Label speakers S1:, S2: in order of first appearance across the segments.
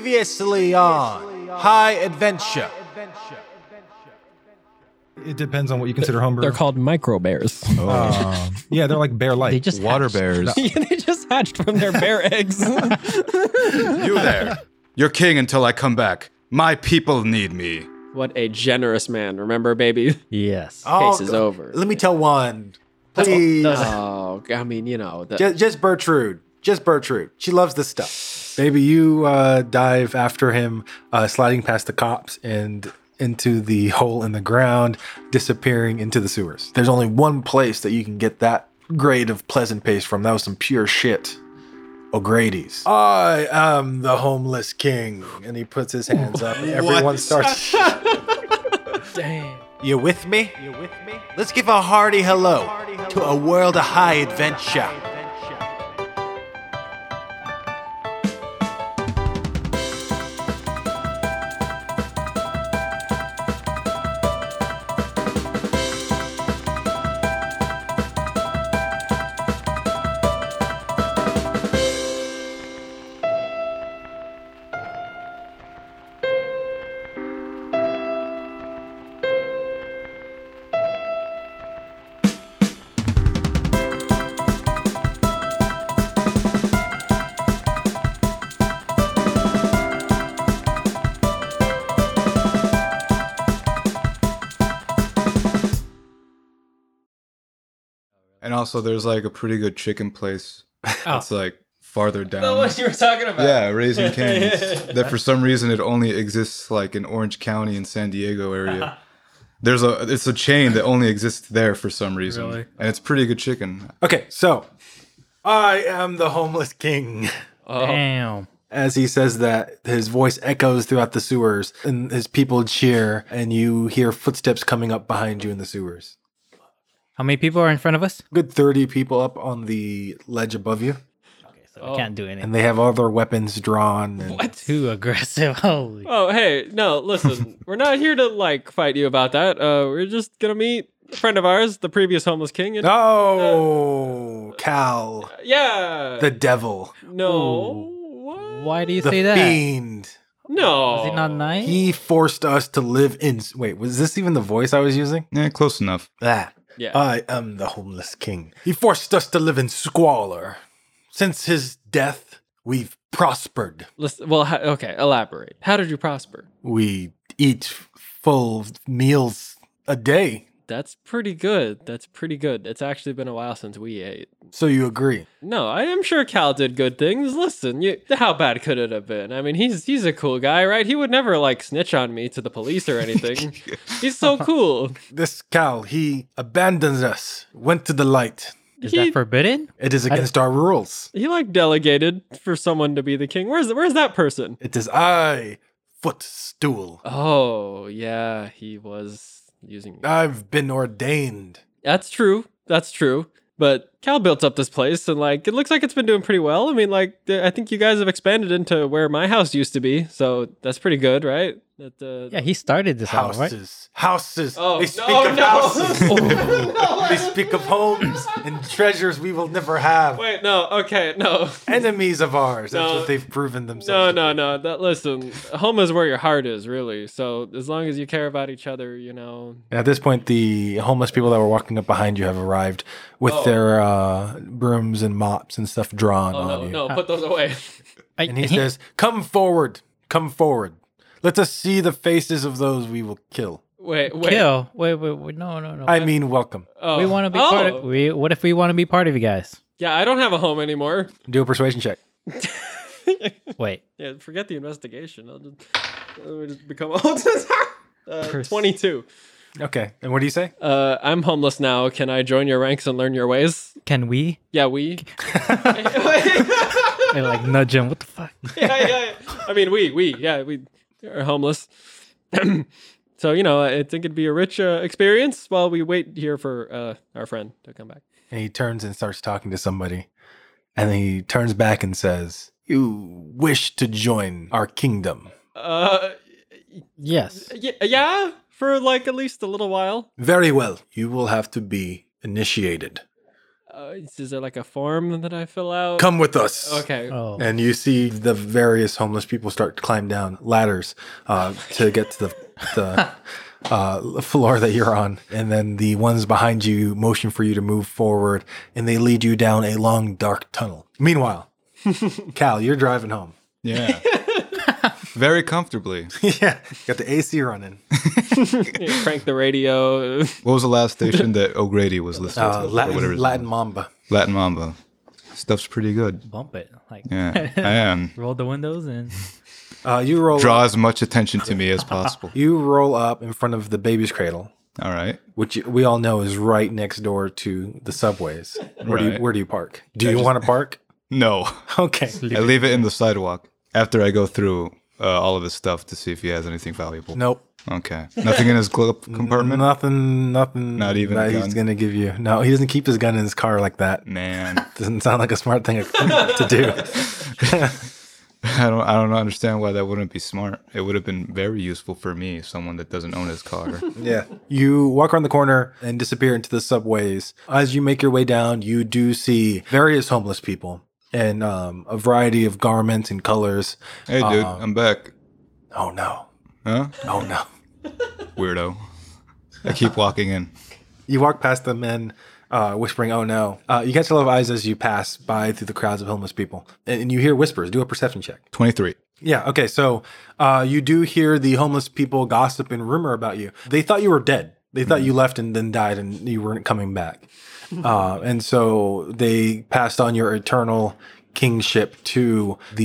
S1: Previously on High Adventure.
S2: It depends on what you consider homebrew.
S3: They're called micro bears.
S2: Um, yeah, they're like bear
S3: They
S2: light.
S3: just
S4: Water
S3: hatched.
S4: bears.
S3: Yeah, they just hatched from their bear eggs.
S4: you there. You're king until I come back. My people need me.
S5: What a generous man. Remember, baby?
S3: yes.
S4: Oh,
S5: Case is over.
S1: Oh, Let me tell one. Please.
S5: Oh, I mean, you know, the,
S1: just, just Bertrude. Just Bertrude. She loves this stuff.
S2: Maybe you uh, dive after him, uh, sliding past the cops and into the hole in the ground, disappearing into the sewers.
S1: There's only one place that you can get that grade of pleasant paste from. That was some pure shit. O'Grady's.
S2: I am the homeless king, and he puts his hands up. And everyone starts.
S1: You with me? You with me? Let's give a hearty hello to a world of high adventure.
S4: And also, there's like a pretty good chicken place. It's like farther down.
S6: what you were talking about.
S4: yeah, Raising Cane's. that for some reason it only exists like in Orange County and San Diego area. There's a it's a chain that only exists there for some reason,
S6: Really?
S4: and it's pretty good chicken.
S2: Okay, so I am the homeless king.
S5: Oh.
S6: Damn.
S2: As he says that, his voice echoes throughout the sewers, and his people cheer, and you hear footsteps coming up behind you in the sewers.
S6: How many people are in front of us?
S2: good 30 people up on the ledge above you
S6: So
S5: Oh.
S6: we can't do anything.
S2: and they have all their weapons drawn and
S5: what?
S6: Too aggressive. Holy.
S5: Oh, hey, no, listen, we're not here to like fight you about that. Uh, we're just gonna meet a friend of ours, the previous homeless king. And,
S2: oh cal
S5: yeah.
S2: the devil
S5: no. What?
S6: Why do you
S2: the
S6: say that?
S2: fiend
S5: No.
S6: Is he
S5: Oh.
S6: not nice?
S2: he forced us to live in wait was this even the voice i was using
S4: Yeah, close enough.
S2: ah
S5: Yeah.
S2: i am the homeless king he forced us to live in squalor since his death we've prospered
S5: Listen, well, ho- okay, elaborate. How did you prosper?
S2: we eat full meals a day
S5: That's pretty good. That's pretty good. It's actually been a while since we ate.
S2: so you agree
S5: No, I am sure Cal did good things. Listen, you, how bad could it have been? I mean, he's he's a cool guy, right? He would never like snitch on me to the police or anything. he's so cool.
S2: this cal he abandoned us went to the light
S6: Is
S5: he,
S6: that forbidden?
S2: It is against our rules.
S5: he like delegated for someone to be the king. Where's where's that person?
S2: It is I, footstool.
S5: Oh yeah, he was using.
S2: I've been ordained.
S5: That's true. That's true. But Cal built up this place, and like it looks like it's been doing pretty well. I mean, like th- I think you guys have expanded into where my house used to be, so that's pretty good, right? That uh,
S6: Yeah, he started this all, right?
S2: Houses. Houses.
S5: Oh,
S2: they speak
S5: no,
S2: of
S5: no.
S2: houses. they speak of homes and treasures we will never have.
S5: Wait, no. Okay, no.
S2: Enemies of ours. That's
S5: No.
S2: what they've proven themselves.
S5: No,
S2: to
S5: no,
S2: be.
S5: no. That listen, home is where your heart is, really. So as long as you care about each other, you know.
S2: At this point, the homeless people that were walking up behind you have arrived with their uh, brooms and mops and stuff drawn
S5: Oh
S2: on
S5: no,
S2: you.
S5: no, put those away.
S6: I-
S2: And he says, Come forward. Come forward. Let us see the faces of those we will kill.
S5: Wait, wait.
S6: kill. Wait, wait, wait. No, no, no.
S2: I mean, welcome.
S5: Oh.
S6: we want to be
S5: oh.
S6: part of. We, what if we want to be part of you guys?
S5: Yeah, I don't have a home anymore.
S2: Do a persuasion check.
S6: Wait.
S5: Yeah, forget the investigation. I'll just, I'll just become old. uh, Twenty-two.
S2: Okay. And what do you say?
S5: Uh, I'm homeless now. Can I join your ranks and learn your ways?
S6: Can we?
S5: Yeah, we.
S6: I like nudge him. What the fuck?
S5: yeah, yeah. I mean, we, we, yeah, we are homeless. so you know, I think it'd be a rich uh, experience while we wait here for uh, our friend to come back.
S2: And he turns and starts talking to somebody. And then he turns back and says, You wish to join our kingdom.
S5: Uh,
S6: Yes.
S5: y- yeah, for like at least a little while.
S2: Very well. You will have to be initiated.
S5: Uh, is there like a form that I fill out?
S2: Come with us.
S5: Okay.
S6: Oh,
S2: And you see the various homeless people start to climb down ladders uh, to get to the, the uh, floor that you're on. And then the ones behind you motion for you to move forward and they lead you down a long, dark tunnel. Meanwhile, Cal, you're driving home.
S4: Yeah. Very comfortably.
S2: yeah, got the AC running.
S5: Crank the radio.
S4: What was the last station that O'Grady was listening
S2: Uh,
S4: to? or whatever
S2: Latin,
S4: his
S2: Latin
S4: name
S2: Mamba.
S4: was? Latin Mamba. Stuff's pretty good.
S6: bump it. Like
S4: Yeah, I am.
S6: roll the windows and
S2: Uh, you roll.
S4: Draw as much attention to me as possible.
S2: You roll up in front of the baby's cradle,
S4: All right.
S2: which we all know is right next door to the subways. Where do you
S4: Right.
S2: where do you park? Do you want to park?
S4: No,
S2: Okay.
S4: I leave it in the sidewalk after I go through uh, all of his stuff to see if he has anything valuable.
S2: Nope.
S4: Okay. Nothing in his glove compartment?
S2: Nothing. Nothing.
S4: Not even a
S2: that he's
S4: gun?
S2: gonna give you. No, he doesn't keep his gun in his car like that.
S4: Man,
S2: Doesn't sound like a smart thing to do.
S4: I don't I don't understand why that wouldn't be smart. It would have been very useful for me, someone that doesn't own his car.
S2: Yeah. You walk around the corner and disappear into the subways. As you make your way down, you do see various homeless people in um, a variety of garments and colors.
S4: hey dude,
S6: Uh-huh.
S4: I'm back.
S2: Oh no.
S4: Huh?
S2: Oh no.
S4: Weirdo. I keep walking in.
S2: You walk past the men uh, whispering, oh no. Uh, you catch a lot of eyes as you pass by through the crowds of homeless people. And, and you hear whispers. Do a perception check.
S4: 23.
S2: Yeah, okay. So uh, you do hear the homeless people gossip and rumor about you. They thought you were dead. They thought you left and then died and you weren't coming back. Uh, and so they passed on your eternal kingship to the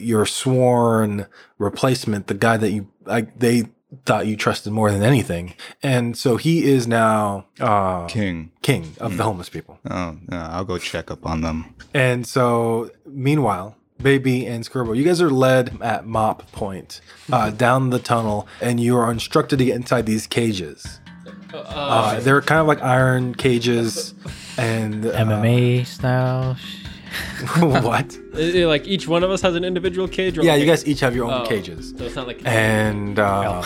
S2: your sworn replacement, the guy that you like they thought you trusted more than anything. And so he is now uh,
S4: King.
S2: king of the homeless people.
S4: Oh, no, I'll go check up on them.
S2: And so, meanwhile, Baby and Skirbo, you guys are led at Mop Point uh, down the tunnel, and you are instructed to get inside these cages. Uh, they're kind of like iron cages, and uh,
S6: MMA style. sh-
S2: what?
S5: It- it- like each one of us has an individual cage. or
S2: Yeah,
S5: like
S2: you
S5: a-
S2: guys each have your own
S5: Oh,
S2: cages,
S5: So it's not like
S2: and uh,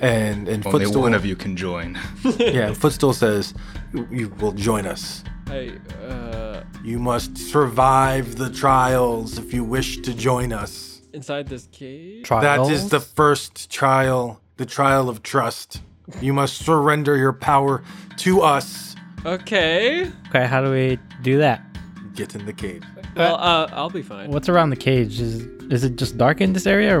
S2: and and
S4: Only
S2: footstool.
S4: one of you can join.
S2: yeah, footstool says you, you will join us.
S5: I, uh,
S2: You must survive the trials if you wish to join us.
S5: inside this cage.
S2: That is the first trial, the trial of trust. You must surrender your power to us. Uh,
S5: Okay.
S6: Okay, how do we do that?
S2: Get in the cave.
S5: Well, uh, I'll be fine.
S6: What's around the cage? Is is it just dark in this area? Or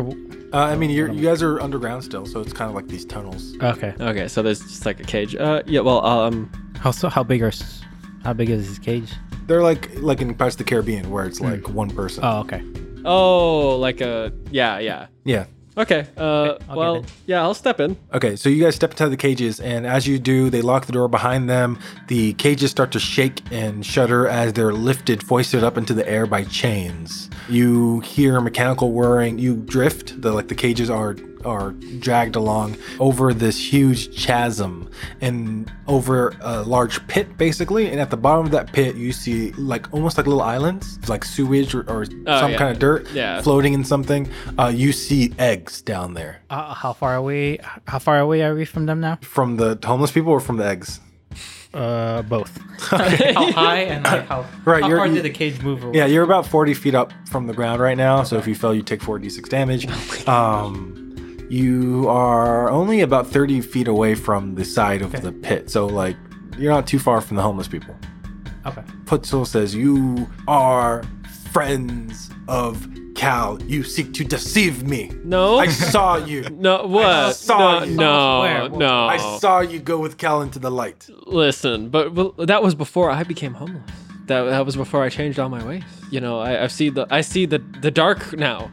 S2: Uh, I mean, you're, you guys are underground still, so it's kind of like these tunnels.
S6: okay,
S5: Okay, so there's just like a cage. Uh, yeah. Well, um,
S6: how so? How big are s- how big is this cage?
S2: They're like like in Pirates of the Caribbean, where it's like one person.
S6: Oh, okay.
S5: oh, like a yeah, yeah.
S2: yeah.
S5: Okay. Uh,
S6: I'll
S5: well,
S6: get in.
S5: yeah, I'll step in.
S2: Okay, so you guys step inside the cages, and as you do, they lock the door behind them. The cages start to shake and shudder as they're lifted, hoisted up into the air by chains. You hear mechanical whirring. You drift. The like the cages are are dragged along over this huge chasm and over a large pit, basically. And at the bottom of that pit, you see like almost like little islands, like sewage or, or some
S5: Oh, yeah.
S2: kind of dirt
S5: Yeah.
S2: floating in something. Uh, you see eggs down there
S6: Uh, how far away? How far away are we from them now?
S2: from the homeless people or from the eggs.
S6: Uh, both. how high and like how,
S2: Right, you're- you-
S6: cage move? Away?
S2: Yeah, you're about 40 feet up from the ground right now. So if you fail, you take 4d6 damage.
S5: Oh
S2: um, you are only about 30 feet away from the side of the pit. So, like, you're not too far from the homeless people.
S6: Okay.
S2: Putzel says, You are friends of Cal. You seek to deceive me.
S5: No.
S2: I saw you.
S5: no. What?
S2: saw
S5: no.
S2: you.
S5: No.
S6: Where? What?
S5: no.
S2: I saw you go with Cal into the light.
S5: Listen, but well, that was before I became homeless. That, that was before I changed all my ways. You know, I, I see the I see the the dark now,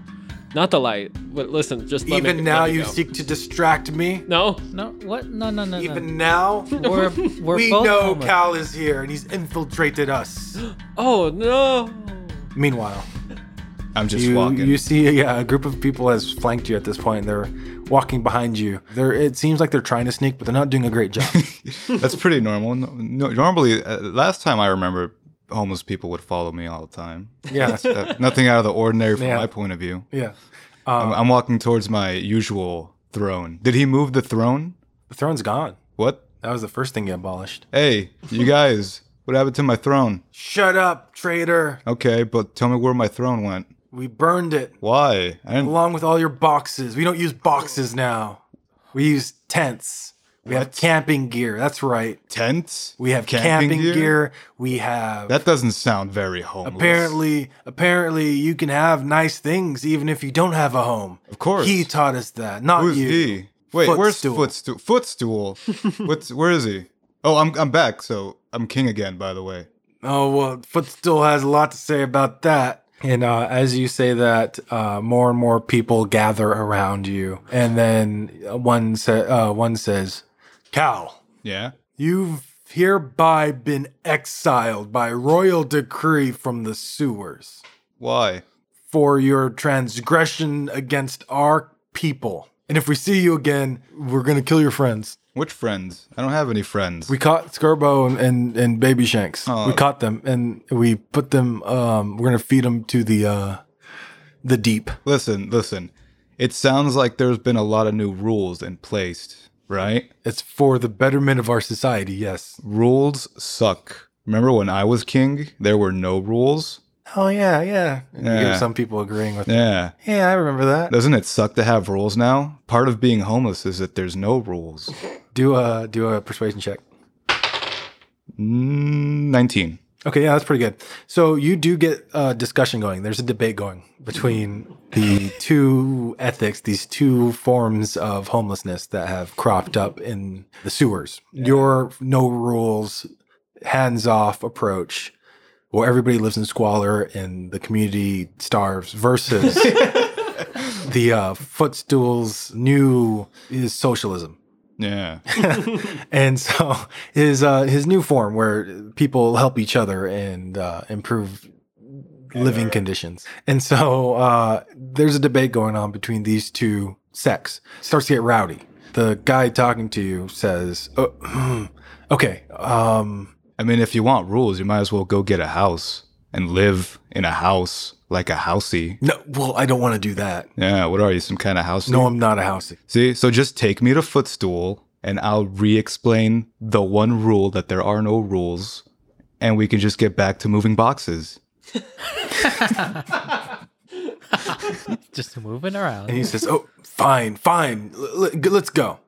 S5: not the light. But listen, just let me-
S2: Even
S5: let
S2: now,
S5: me
S2: you
S5: go.
S2: seek to distract me.
S5: No,
S6: No. What? No. No. No.
S2: Even now,
S6: no. We're, we're
S2: we
S6: both
S2: know
S6: homeless.
S2: Cal is here and he's infiltrated us.
S5: oh no.
S2: Meanwhile,
S4: I'm just
S2: you,
S4: walking.
S2: you see yeah, a group of people has flanked you at this point. They're walking behind you. They're, it seems like they're trying to sneak, but they're not doing a great job.
S4: That's pretty normal. No, no, normally, uh, last time I remember, homeless people would follow me all the time.
S2: yeah.
S4: That- nothing out of the ordinary from
S2: Yeah. Uh.
S4: my point of view.
S2: Yeah.
S4: I'm, I'm walking towards my usual throne. Did he move the throne?
S2: The throne's gone.
S4: What?
S2: That was the first thing he abolished.
S4: Hey, you guys, What happened to my throne?
S2: Shut up, traitor.
S4: Okay, but tell me where my throne went.
S2: We burned it
S4: Why? I didn't.
S2: along with all your boxes. We don't use boxes now. We use tents. We have camping gear. That's right.
S4: Tents?
S2: We have camping, gear? We have
S4: That doesn't sound very homeless.
S2: apparently apparently you can have nice things even if you don't have a home.
S4: Of course.
S2: He taught us that, not
S4: Who's
S2: you.
S4: he? Wait, where's
S2: Footstool.
S4: footstool? Footstool. What's where is he? Oh, I'm I'm back. So I'm king again. By the way,
S2: Oh well, Footstool has a lot to say about that. And uh, as you say that, uh, more and more people gather around you, and then uh, one sa- uh, one says, "Cal,
S4: yeah.
S2: you've hereby been exiled by royal decree from the sewers
S4: Why?
S2: for your transgression against our people. And if we see you again, we're gonna kill your friends."
S4: Which friends? I don't have any friends.
S2: We caught Skirbo and, and, and Baby Shanks.
S4: Oh.
S2: We caught them and we put them. Um, we're gonna feed them to the uh, the deep.
S4: listen, listen. It sounds like there's been a lot of new rules in place, right?
S2: It's for the betterment of our society. Yes.
S4: Rules suck. Remember when I was king? There were no rules.
S2: Oh yeah, yeah. You hear
S4: Yeah.
S2: some people agreeing with. Yeah.
S4: Yeah.
S2: I remember that.
S4: Doesn't it suck to have rules now? Part of being homeless is that there's no rules.
S2: Do a do a persuasion check.
S4: Mm, Nineteen.
S2: Okay, yeah, that's pretty good. So you do get a discussion going. There's a debate going between the two ethics, these two forms of homelessness that have cropped up in the sewers. Your no rules, hands off approach, where everybody lives in squalor and the community starves, versus the uh, footstool's new is socialism
S4: Yeah.
S2: and so his uh, his new form where people help each other and uh, improve living conditions. And so uh, there's a debate going on between these two sects. Starts to get rowdy. The guy talking to you says, oh, "Okay, um,
S4: I mean, if you want rules, you might as well go get a house and live in a house like a housey.
S2: no, well, I don't want to do that.
S4: Yeah, what are you, some kind of house?
S2: No, I'm not a housey.
S4: See, so just take me to Footstool and I'll re explain the one rule that there are no rules and we can just get back to moving boxes.
S6: Just moving around.
S2: And he says, "Oh, fine, fine, L- l- let's go.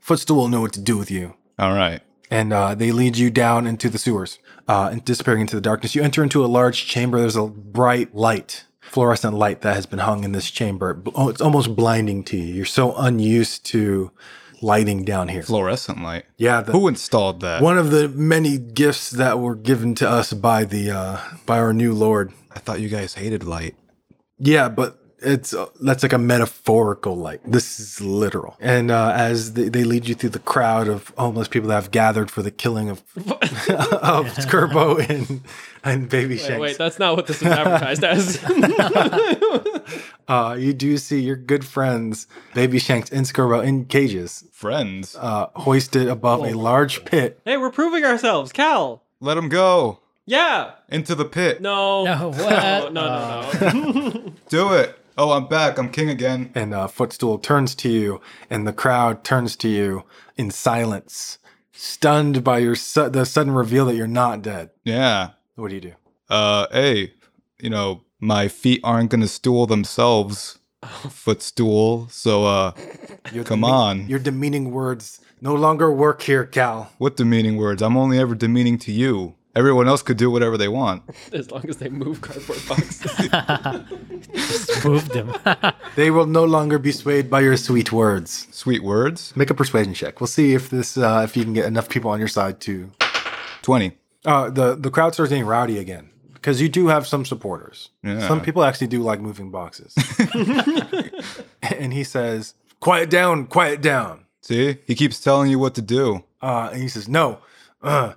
S2: Footstool will know what to do with you."
S4: All right.
S2: and uh, they lead you down into the sewers uh, and disappearing into the darkness. You enter into a large chamber. There's a bright light, fluorescent light that has been hung in this chamber. It bl- Oh, it's almost blinding to you. You're so unused to lighting down here.
S4: Fluorescent light.
S2: Yeah, the,
S4: Who installed that?
S2: one of the many gifts that were given to us by the uh, by our new lord.
S4: I thought you guys hated light.
S2: Yeah, but it's uh, that's like a metaphorical like this is literal. And uh, as they, they lead you through the crowd of homeless people that have gathered for the killing of of Skirbo and and Baby
S5: Wait,
S2: Shanks,
S5: wait, that's not what this is advertised as.
S2: uh, you do see your good friends Baby Shanks and Skirbo in cages,
S4: Friends.
S2: uh, hoisted above
S5: Oh
S2: a large pit.
S5: hey, we're proving ourselves, Cal.
S4: Let him go
S5: Yeah.
S4: into the pit.
S5: No. Uh.
S6: No, what?
S5: No, no, no, no.
S4: Do it. Oh, I'm back. I'm king again.
S2: And uh, Footstool turns to you, and the crowd turns to you in silence, stunned by your su- the sudden reveal that you're not dead.
S4: Yeah.
S2: What do you do?
S4: uh, hey, you know, my feet aren't gonna stool themselves, footstool. So, uh,
S2: Your
S4: come
S2: demean-
S4: on.
S2: Your demeaning words no longer work here, Cal.
S4: what demeaning words? I'm only ever demeaning to you. Everyone else could do whatever they want.
S5: as long as they move cardboard boxes.
S6: Just moved him.
S2: They will no longer be swayed by your sweet words.
S4: Sweet words.
S2: Make a persuasion check. We'll see if this uh, if you can get enough people on your side to.
S4: Twenty.
S2: Uh, the the crowd starts getting rowdy again because you do have some supporters.
S4: Yeah.
S2: Some people actually do like moving boxes. and he says, "Quiet down, quiet down."
S4: See, he keeps telling you what to do.
S2: Uh, and he says, "No, uh,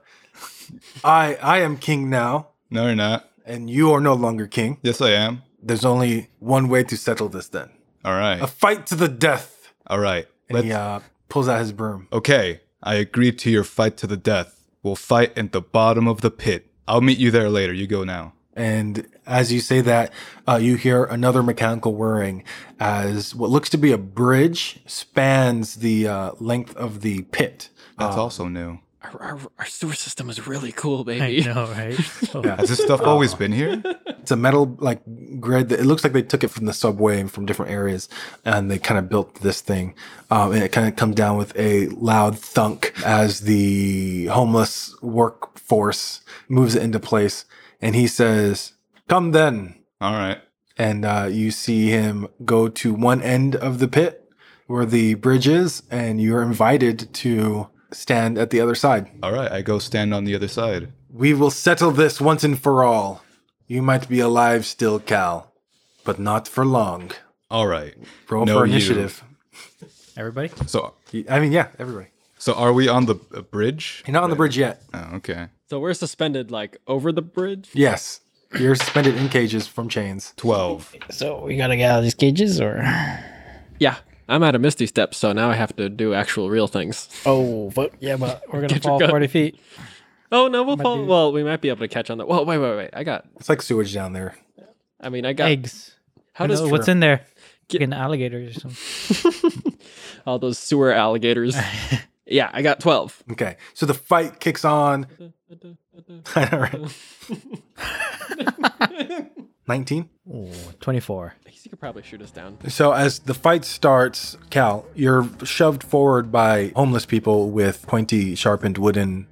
S2: I I am king now,
S4: No, you're not.
S2: and you are no longer king.
S4: Yes, I am.
S2: There's only one way to settle this. Then
S4: All right.
S2: a fight to the death."
S4: All right.
S2: And he uh, pulls out his broom.
S4: Okay, I agree to your fight to the death. We'll fight at the bottom of the pit. I'll meet you there later. You go now.
S2: And as you say that, uh, you hear another mechanical whirring as what looks to be a bridge spans the uh, length of the pit.
S4: That's also new.
S5: our, our, our sewer system is really cool,
S6: I
S5: baby.
S6: know, right? Oh,
S2: Yeah.
S4: Has this stuff always been here?
S2: It's a metal like grid that it looks like they took it from the subway and from different areas, and they kind of built this thing. Um, and it kind of comes down with a loud thunk as the homeless workforce moves it into place. And he says, "Come then."
S4: All right.
S2: And uh, you see him go to one end of the pit where the bridge is, and you're invited to stand at the other side.
S4: All right. I go stand on the other side.
S2: We will settle this once and for all. You might be alive still, Cal, but not for long.
S4: All right.
S2: Roll
S4: No,
S2: for
S4: you.
S2: initiative.
S6: Everybody?
S4: So,
S2: I mean, yeah, everybody.
S4: so are we on the uh, bridge?
S2: You're not on the bridge yet.
S4: Oh, okay.
S5: So we're suspended like over the bridge.
S2: Yes, you're suspended in cages from chains.
S4: Twelve.
S7: So we gotta get out of these cages, or
S5: Yeah, I'm out of Misty Steps, so now I have to do actual real things.
S7: oh, but
S6: Yeah, but we're gonna
S5: Get your
S6: fall
S5: gun.
S6: forty feet.
S5: Oh no, we'll fall.
S6: dude.
S5: Well, we might be able to catch on that. Well, wait, wait, wait. I got.
S2: It's like sewage down there.
S5: I mean, I got.
S6: Eggs.
S5: How
S6: Who
S5: does
S6: knows what's in there?
S5: Get-
S6: Fucking alligators or something.
S5: all those sewer alligators? yeah, I got twelve.
S2: Okay, so the fight kicks on. All right. 19.
S6: Ooh, 24.
S5: He could probably shoot us down.
S2: So as the fight starts, Cal, you're shoved forward by homeless people with pointy, sharpened wooden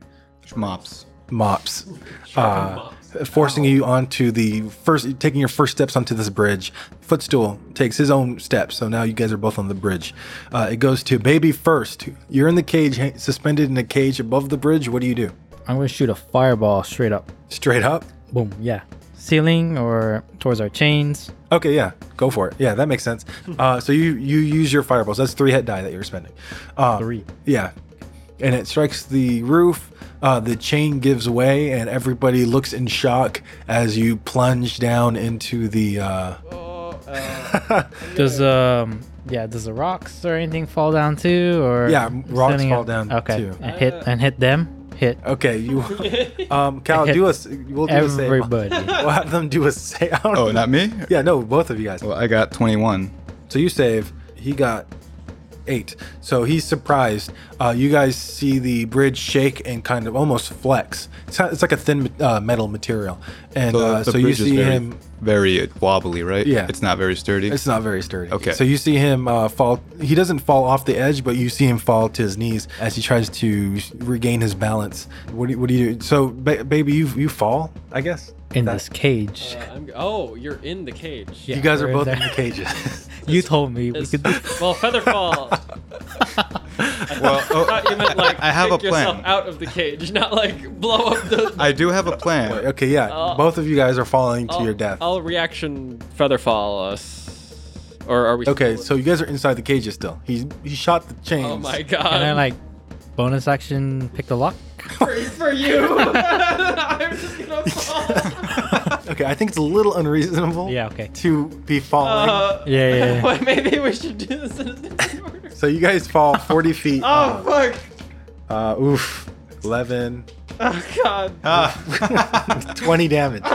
S4: Mops.
S2: mops, uh, forcing you onto the first, taking your first steps onto this bridge. Footstool takes his own steps, so now you guys are both on the bridge. Uh, it goes to baby first. You're in the cage, ha- suspended in a cage above the bridge. What do you do?
S6: I'm gonna shoot a fireball straight up.
S2: Straight up.
S6: Boom. Yeah. Ceiling or towards our chains.
S2: Okay, yeah, go for it. Yeah, that makes sense. Uh, so you you use your fireballs. That's three hit die that you're spending. Uh,
S6: Three.
S2: Yeah, and it strikes the roof. Uh, the chain gives way, and everybody looks in shock as you plunge down into the. Uh,
S6: Does um yeah, does the rocks or anything fall down too or
S2: Yeah, rocks
S6: standing
S2: fall
S6: up?
S2: down,
S6: Okay.
S2: too.
S6: And hit and hit them. Hit
S2: okay, you. Um, Cal, do us. We'll do a save.
S6: everybody.
S2: We'll have them do a save. I don't
S4: Oh,
S2: know.
S4: not me.
S2: Yeah, no, both of you guys.
S4: Well, I got twenty-one.
S2: So you save. He got eight. So he's surprised. Uh, you guys see the bridge shake and kind of almost flex. It's, not, it's like a thin uh, metal material, and
S4: the-
S2: uh,
S4: the
S2: so you
S4: bridge is
S2: see
S4: very,
S2: him.
S4: very wobbly, right?
S2: Yeah.
S4: It's not very sturdy.
S2: It's not very sturdy.
S4: Okay.
S2: So you see him uh, fall. He doesn't fall off the edge, but you see him fall to his knees as he tries to regain his balance. What do you, what do you do? So, ba- baby, you you fall, I guess.
S6: in this cage.
S5: Uh, I'm, oh, you're in the cage.
S6: Yeah,
S2: you guys
S6: we're
S2: are
S6: in
S2: both in
S6: there.
S2: the cages.
S6: you told me we
S5: It's-
S6: could do
S5: well, Featherfall.
S4: well, oh,
S5: thought you meant like
S4: I have a
S5: kick yourself
S4: plan.
S5: out of the cage, not like blow up the.
S4: I do have a plan.
S2: okay, yeah.
S5: Oh.
S2: both of you guys are falling to
S5: I'll-
S2: your death.
S5: I'll reaction Featherfall us, or are we?
S2: Okay, so you guys are inside the cages still. He he shot the chains.
S5: Oh my
S6: Can I
S5: god!
S6: like bonus action pick the lock?
S5: for, for you. I'm just gonna fall.
S2: Okay, I think it's a little unreasonable.
S6: Yeah, okay.
S2: To be falling.
S5: Uh,
S6: Yeah, yeah, yeah.
S5: Wait, maybe we should do this in a different order.
S2: so you guys fall 40 feet.
S5: Oh fuck!
S2: Uh, oof. 11,
S5: Oh god!
S4: Ah.
S2: 20 damage.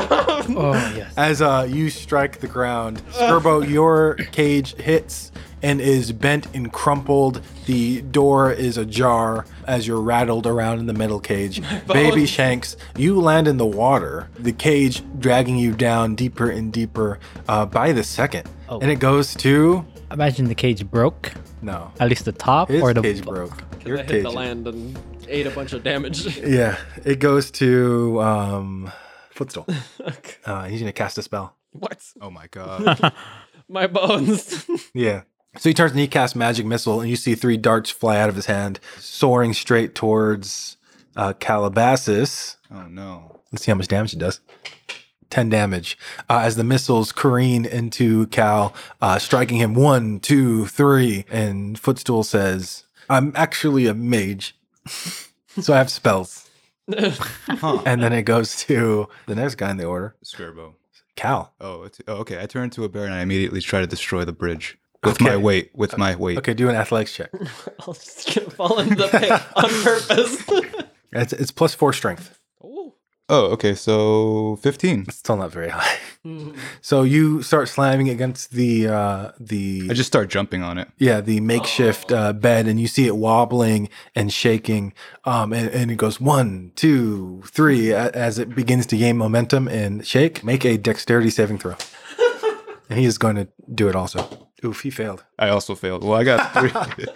S6: Oh yes.
S2: As uh, you strike the ground, Skirbo, your cage hits and is bent and crumpled. The door is ajar as you're rattled around in the metal cage. Baby Shanks, you land in the water, the cage dragging you down deeper and deeper uh, by the second.
S6: Oh.
S2: And it goes to.
S6: Imagine the cage broke.
S2: No.
S6: At least the top
S2: His
S6: or the
S2: cage broke.
S5: I hit the
S2: is-
S5: land and ate a bunch of damage.
S2: Yeah, it goes to um, footstool. Uh, he's gonna cast a spell.
S5: what?
S4: oh my god.
S5: My bones.
S2: Yeah. So he turns and he casts magic missile, and you see three darts fly out of his hand, soaring straight towards uh, Calabasas.
S4: Oh no.
S2: Let's see how much damage it does. 10 damage uh, as the missiles careen into Cal, uh, striking him one, two, three. And Footstool says, I'm actually a mage, so I have spells. And then it goes to the next guy in the order,
S4: Skirbo.
S2: Cal.
S4: Oh, it's, oh, okay. I turn into a bear and I immediately try to destroy the bridge with my
S2: Okay.
S4: weight. With my weight.
S2: Okay, do an athletics check.
S5: I'll just gonna fall into the pit on purpose.
S2: It's, it's plus four strength.
S5: Ooh.
S4: Oh, okay. So 15.
S2: It's still not very high. so you start slamming against the uh, the
S4: I just start jumping on it.
S2: yeah the makeshift uh, bed, and you see it wobbling and shaking. Um, and, and it goes one, two, three a- as it begins to gain momentum and shake. Make a dexterity saving throw. and he is going to do it also. Oof, he failed.
S4: I also failed. Well, I got three.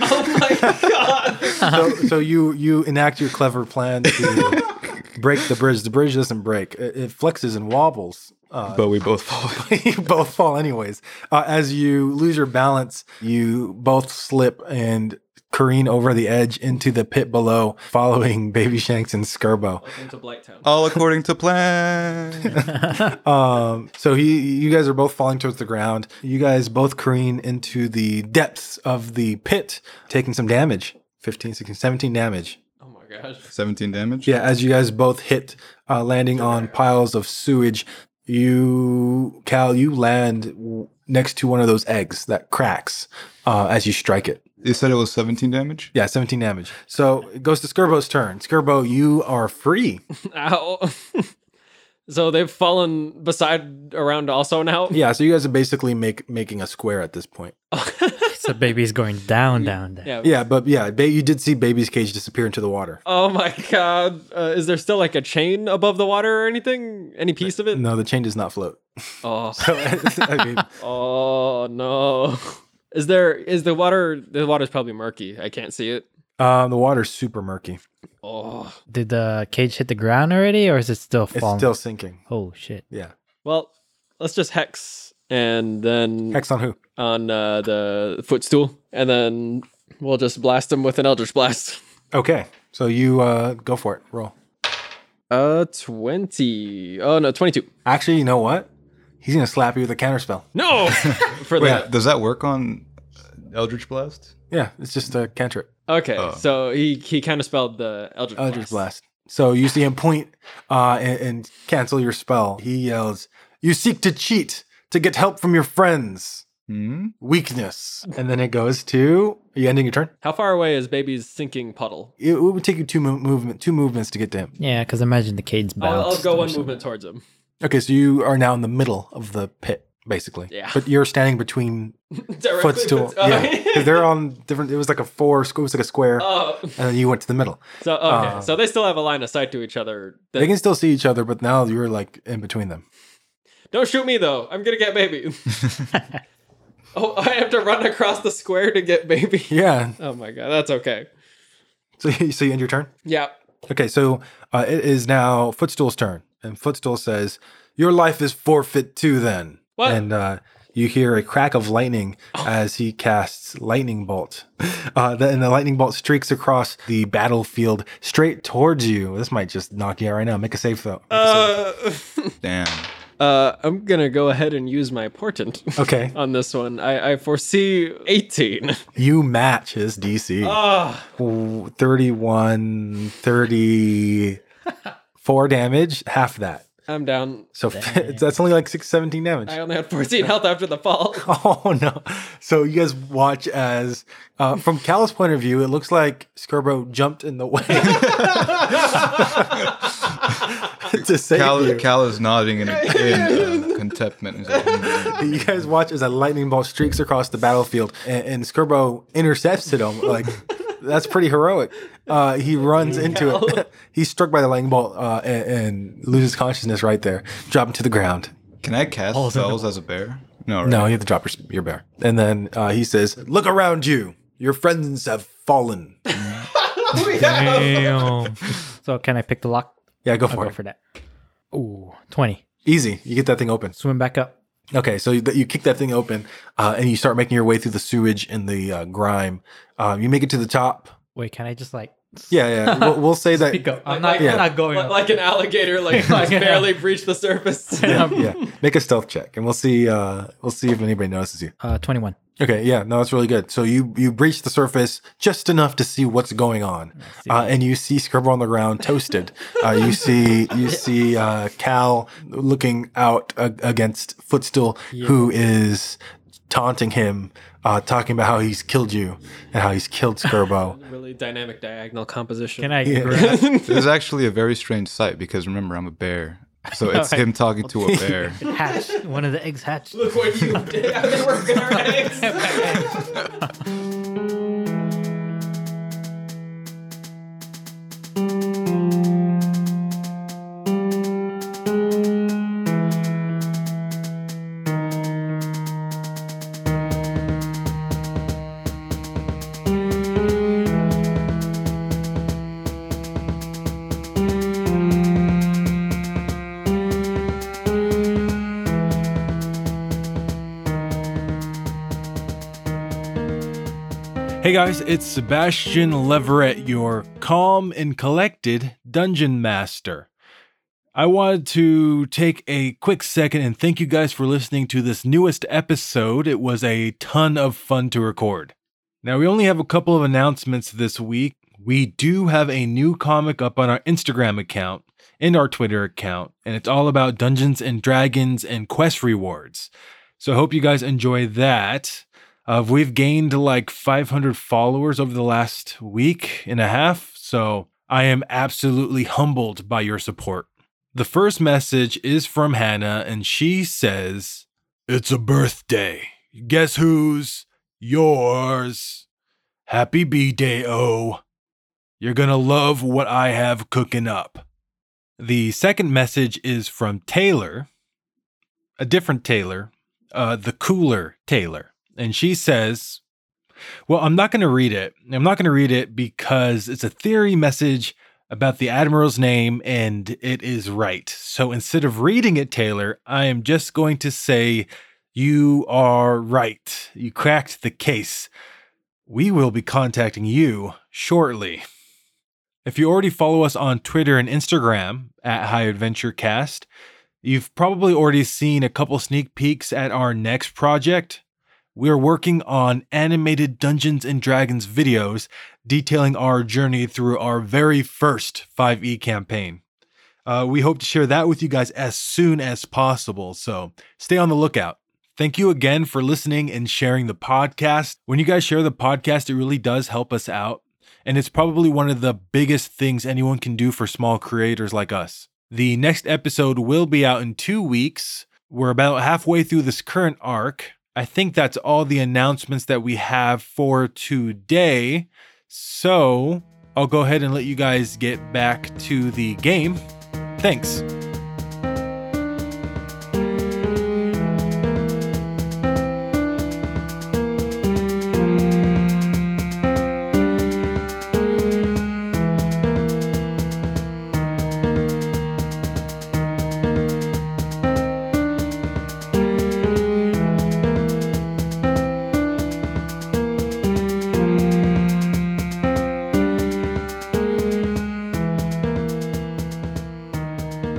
S2: so, so you you enact your clever plan to break the bridge. The bridge doesn't break; it, it flexes and wobbles. Uh,
S4: but we both fall.
S2: you both fall anyways. Uh, as you lose your balance, you both slip and careen over the edge into the pit below, following Baby Shanks and Skirbo.
S5: Into Blighttown.
S4: All according to plan.
S2: Um, so he, you guys are both falling towards the ground. You guys both careen into the depths of the pit, taking some damage. 15, 16, 17 damage.
S5: Oh my gosh.
S4: 17 damage.
S2: Yeah, as you guys both hit, uh, landing on piles of sewage, you, Cal, you land w- next to one of those eggs that cracks uh, as you strike it.
S4: You said it was 17 damage?
S2: Yeah, 17 damage. So it goes to Skirbo's turn. Skirbo, you are free.
S5: Ow. so they've fallen beside around also now.
S2: Yeah, so you guys are basically make, making a square at this point.
S6: So baby's going down, down, down.
S5: yeah.
S2: Yeah, but yeah, ba- you did see Baby's cage disappear into the water.
S5: Oh my god. Uh, is there still like a chain above the water or anything? Any piece of it?
S2: No, the chain does not float.
S5: Oh.
S2: So, I mean,
S5: Oh no. Is there is the water the water's probably murky. I can't see it.
S2: uh, the water's super murky.
S5: Oh.
S6: Did the cage hit the ground already, or is it still
S2: It's
S6: falling?
S2: still sinking.
S6: oh shit!
S2: Yeah.
S5: Well, let's just hex and then
S2: Hex on who?
S5: on uh, the footstool and then we'll just blast them with an eldritch blast.
S2: Okay, so you uh, go for it. Roll.
S5: Uh 20. Oh no, 22.
S2: Actually, you know what? He's gonna slap you with a counterspell.
S5: No. For that.
S4: Does that work on Eldritch Blast?
S2: Yeah, it's just a cantrip.
S5: Okay.
S4: Oh.
S5: So he he kind of spelled the eldritch,
S2: Eldritch blast. So you see him point uh, and, and cancel your spell. He yells, "You seek to cheat to get help from your friends.
S4: Hmm?
S2: Weakness." And then it goes to. Are you ending your turn?
S5: How far away is baby's sinking puddle?
S2: It would take you two mo- movement, two movements to get to him.
S6: Yeah, because imagine the cage's
S5: I'll,
S6: bounced.
S5: I'll go
S6: or
S5: one
S6: something.
S5: movement towards him.
S2: Okay, so you are now in the middle of the pit, basically.
S5: Yeah.
S2: But you're standing between
S5: Directly
S2: footstool.
S5: puts- oh.
S2: Yeah, because they're on different. It was like a four. It was like a square,
S5: Oh.
S2: and then you went to the middle.
S5: So okay,
S2: Uh,
S5: so they still have a line of sight to each other. That-
S2: They can still see each other, but now you're like in between them.
S5: Don't shoot me though. I'm gonna get baby. oh, I have to run across the square to get baby.
S2: Yeah.
S5: Oh my god, that's okay.
S2: So you, so you end your turn.
S5: Yeah.
S2: Okay, so uh, it is now Footstool's turn, and Footstool says, "Your life is forfeit too." Then,
S5: What? Oh.
S2: and uh, you hear a crack of lightning as he casts lightning bolt. Uh, the, and the lightning bolt streaks across the battlefield straight towards you. This might just knock you out right now. Make a save though. Make a save.
S5: Uh,
S4: Damn.
S5: uh, I'm gonna go ahead and use my portent
S2: Okay,
S5: on this one. I, I foresee 18.
S2: you match his DC.
S5: Ah,
S2: Ooh, 31, 34 damage, half that.
S5: I'm down.
S2: So that's only like six, 17 damage.
S5: I only had 14 health after the fall.
S2: Oh no! So you guys watch as, uh, from Cal's point of view, it looks like Skirbo jumped in the way to save
S4: Cal,
S2: you.
S4: Cal is nodding in, in uh, contentment. He's like, "Hmm."
S2: you guys watch as a lightning bolt streaks across the battlefield, and, and Skirbo intercepts it. um, Like that's pretty heroic. Uh, he runs into it. He's struck by the lightning bolt uh, and, and loses consciousness right there, dropping to the ground.
S4: Can I cast spells as a bear? No, right?
S2: No, you have to drop your, your bear. And then uh, he says, "Look around you. Your friends have fallen."
S6: Damn. so can I pick the lock?
S2: Yeah, go
S6: I'll
S2: for
S6: go
S2: it.
S6: for that. Ooh, 20.
S2: Easy. You get that thing open.
S6: Swim back up.
S2: Okay, so you, you kick that thing open, uh, and you start making your way through the sewage and the uh, grime. Um, you make it to the top.
S6: Wait, can I just like
S2: Yeah, yeah. We'll, we'll say that.
S6: pick up? I'm
S5: Like-
S6: not, I'm
S2: yeah.
S6: not going
S5: Like,
S6: up.
S5: like an alligator, like I barely breached the surface.
S2: Yeah, make a stealth check, and we'll see. Uh, we'll see if anybody notices you.
S6: Uh, 21.
S2: Okay, yeah, no, that's really good. So you you breach the surface just enough to see what's going on, uh, and you see Scribble on the ground toasted. uh, you see you see uh, Cal looking out a- against Footstool, who is
S3: taunting him, uh, talking about how he's killed you and how he's killed Skirbo.
S5: Really dynamic diagonal composition.
S6: Can I grab?
S4: It is actually a very strange sight because remember, I'm a bear. So it's him talking to a bear.
S6: hatched. One of the eggs hatched.
S5: what you did? I've been working our eggs.
S3: Hey guys, it's Sebastian Leverett, your calm and collected dungeon master. I wanted to take a quick second and thank you guys for listening to this newest episode. It was a ton of fun to record. Now, we only have a couple of announcements this week. We do have a new comic up on our Instagram account and our Twitter account, and it's all about Dungeons and Dragons and quest rewards. So, I hope you guys enjoy that. Uh, we've gained like 500 followers over the last week and a half, so I am absolutely humbled by your support. The first message is from Hannah, and she says, It's a birthday. Guess whose? Yours. Happy B Day, O. You're gonna love what I have cooking up. The second message is from Taylor, a different Taylor, uh, the cooler Taylor and she says, Well, I'm not going to read it. I'm not going to read it because it's a theory message about the Admiral's name and it is right. So instead of reading it, Taylor, I am just going to say, You are right. You cracked the case. We will be contacting you shortly. If you already follow us on Twitter and Instagram at High Adventure Cast, you've probably already seen a couple sneak peeks at our next project, we are working on animated Dungeons and Dragons videos detailing our journey through our very first 5e campaign. Uh, we hope to share that with you guys as soon as possible, so stay on the lookout. Thank you again for listening and sharing the podcast. When you guys share the podcast, it really does help us out. And it's probably one of the biggest things anyone can do for small creators like us. The next episode will be out in two weeks. We're about halfway through this current arc, I think that's all the announcements that we have for today. So I'll go ahead and let you guys get back to the game. Thanks.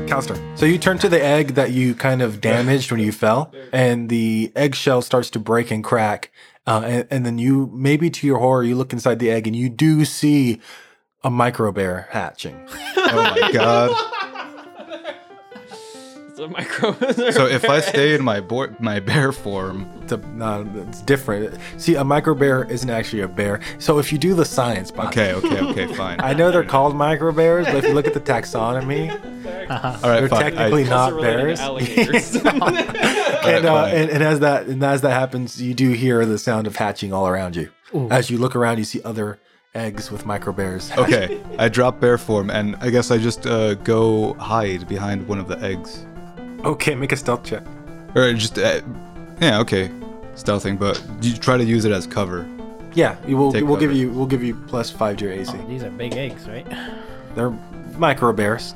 S8: Calster.
S3: So you turn to the egg that you kind of damaged when you fell, and the eggshell starts to break and crack. Uh, and, and then you, maybe to your horror, you look inside the egg and you do see a micro bear hatching.
S4: Oh my god.
S5: It's a micro.
S4: So if I stay in my boar my bear form,
S3: It's, a,
S2: uh,
S3: no, it's different. See, a micro bear isn't actually a bear. So if you do the science behind
S4: okay, okay, okay, fine.
S3: I know they're called micro bears, but if you look at the taxonomy,
S4: All right,
S3: they're
S4: fine. I-
S3: technically not bears.
S5: Alligators.
S4: all right,
S3: And, uh,
S4: fine.
S3: and, and as that and as that happens, you do hear the sound of hatching all around you. As you look around, you see other eggs with micro bears.
S4: okay, I drop bear form, and I guess I just uh, go hide behind one of the eggs,
S3: Okay, make a stealth check.
S4: or just uh, yeah, okay, stealthing, but you try to use it as cover.
S3: Yeah, you will.
S4: Take
S3: we'll give
S4: cover.
S3: you. We'll give you plus five to your AC.
S6: These are big eggs, right?
S3: They're micro bears.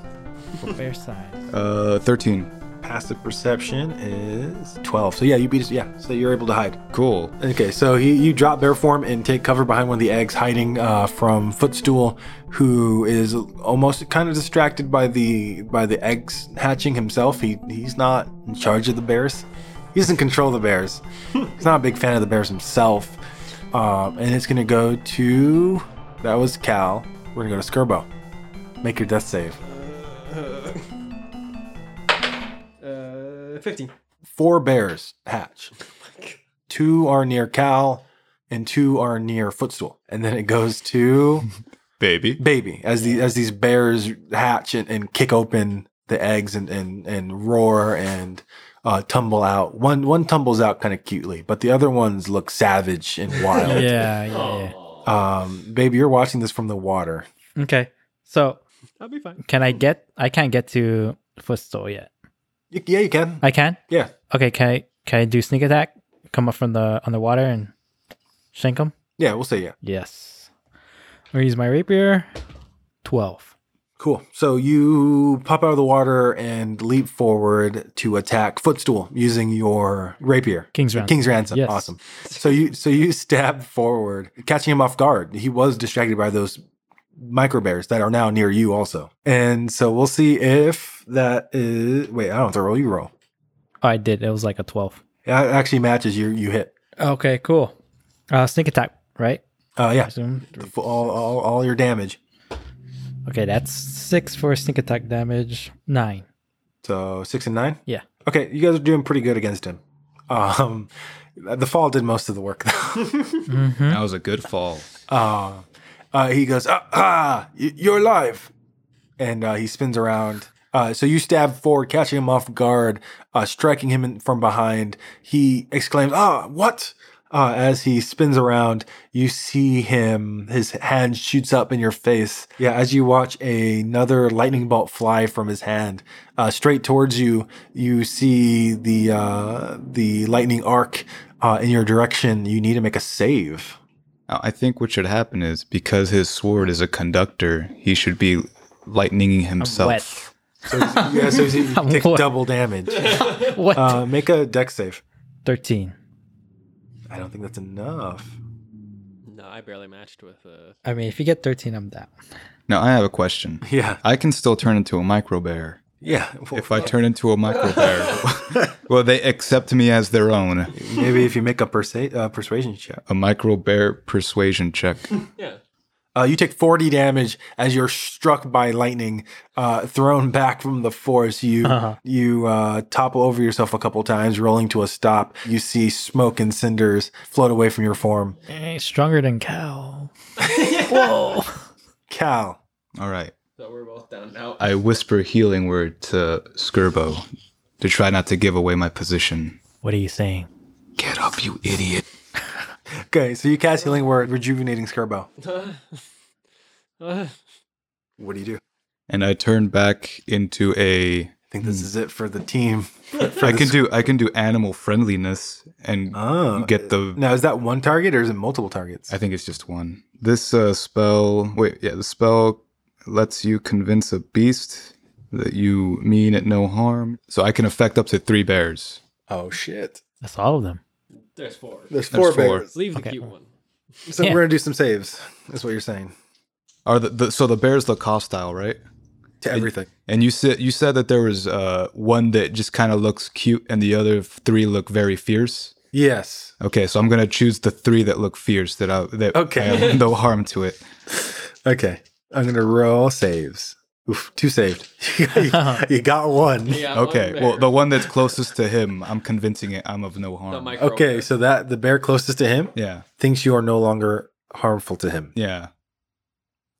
S6: Fair size.
S4: Uh, thirteen.
S3: Passive perception is twelve. So yeah, you beat. us- Yeah, so you're able to hide.
S4: Cool.
S3: Okay, so you, you drop bear form and take cover behind one of the eggs, hiding uh, from Footstool, who is almost kind of distracted by the by the eggs hatching himself. He he's not in charge of the bears. He doesn't control the bears. he's not a big fan of the bears himself. Um, and it's gonna go to that was Cal. We're gonna go to Skirbo. Make your death save.
S5: uh, Fifteen. Uh,
S3: Four bears hatch.
S2: Two are near Cal, and two are near Footstool. And then it goes to
S4: Baby.
S2: Baby as the as these bears hatch and, and kick open the eggs and and, and roar and uh, tumble out. One one tumbles out kind of cutely, but the other ones look savage and wild.
S6: yeah, yeah.
S5: Oh.
S2: Um, baby, you're watching this from the water.
S6: yeah. Okay. So
S5: That'll be fine.
S6: can I get? I can't get to footstool yet.
S2: Y- Yeah, you can.
S6: I can.
S2: Yeah.
S6: Okay. Can I? Can I do sneak attack? Come up from the on the water and shank him.
S2: Yeah, we'll say yeah.
S6: Yes. I'm gonna use my rapier. Twelve.
S2: Cool. So you pop out of the water and leap forward to attack Footstool using your rapier.
S6: King's round.
S2: King's ransom.
S6: Yes.
S2: Awesome. So you so you stab forward, catching him off guard. He was distracted by those micro bears that are now near you also. And so we'll see if that is wait, I don't have to roll, you roll.
S6: Oh, I did. It was like a twelve.
S2: That actually matches you you hit.
S6: Okay. Cool. Uh, sneak attack. Right.
S2: Uh
S6: I
S2: yeah.
S6: assume.
S2: All, all, all your damage.
S6: Okay, that's six for sneak attack damage. Nine.
S2: So six and nine?
S6: Yeah.
S2: Okay, you guys are doing pretty good against him. Um the fall did most of the work though.
S4: That was a good fall.
S2: Uh, uh, he goes, ah, ah, y- you're alive. And uh, he spins around. Uh, so you stab forward, catching him off guard, uh, striking him in, from behind. He exclaims, ah, what? Uh, as he spins around, you see him, his hand shoots up in your face. Yeah, as you watch another lightning bolt fly from his hand uh, straight towards you, you see the, uh, the lightning arc uh, in your direction. You need to make a save.
S4: I think what should happen is because his sword is a conductor, he should be lightninging himself.
S6: Wet.
S2: Yeah, so you take
S6: What?
S2: double damage.
S6: What?
S2: Uh, make a deck save.
S6: Thirteen.
S2: I don't think that's enough.
S5: No, I barely matched with. Uh,
S6: I mean, if you get thirteen, I'm down.
S4: Now I have a question.
S2: Yeah,
S4: I can still turn into a micro bear.
S2: yeah. Well,
S4: If I turn into a micro bear, will they accept me as their own?
S2: maybe if you make a persa- uh, persuasion check,
S4: A micro bear persuasion check.
S5: yeah.
S2: uh, you take forty damage as you're struck by lightning, uh, thrown back from the force. You
S6: Uh-huh.
S2: you uh, topple over yourself a couple times, rolling to a stop. You see smoke and cinders float away from your form.
S6: Eh, stronger than Cal.
S2: Cal,
S4: All right.
S5: So we're both down now.
S4: I whisper healing word to Skirbo to try not to give away my position.
S6: What are you saying?
S4: Get up, you idiot.
S2: okay, so you cast healing word, rejuvenating Skirbo.
S5: Uh,
S2: What do you do? I
S4: And I turn back into a
S2: think this
S6: Hmm.
S2: is it for the team.
S4: I can do I can do animal friendliness and
S2: Oh,
S4: get the
S2: Now, is that one target or is it multiple targets?
S4: I think it's just one. This uh, spell, wait, yeah, the spell lets you convince a beast that you mean it no harm. So I can affect up to three bears.
S2: Oh shit!
S6: That's all of them.
S5: there's four.
S2: There's
S4: There's
S2: four,
S4: four.
S2: bears.
S5: Leave the
S6: Okay.
S5: cute one.
S2: So
S6: Yeah.
S2: we're gonna do some saves. That's what you're saying
S4: Are the, the so the bears look hostile, right?
S2: to everything.
S4: And you said you said that there was uh, one that just kind of looks cute, and the other three look very fierce.
S2: Yes.
S4: Okay, so I'm gonna choose the three that look fierce that I that
S2: Okay.
S4: I have no harm to it.
S2: Okay. I'm gonna roll saves. Oof, two saved. you got one.
S5: Oh,
S4: Okay, well the one that's closest to him, I'm convincing it I'm of no harm.
S2: Okay, so that the bear closest to him
S4: yeah.
S2: thinks you are no longer harmful to him.
S4: Yeah.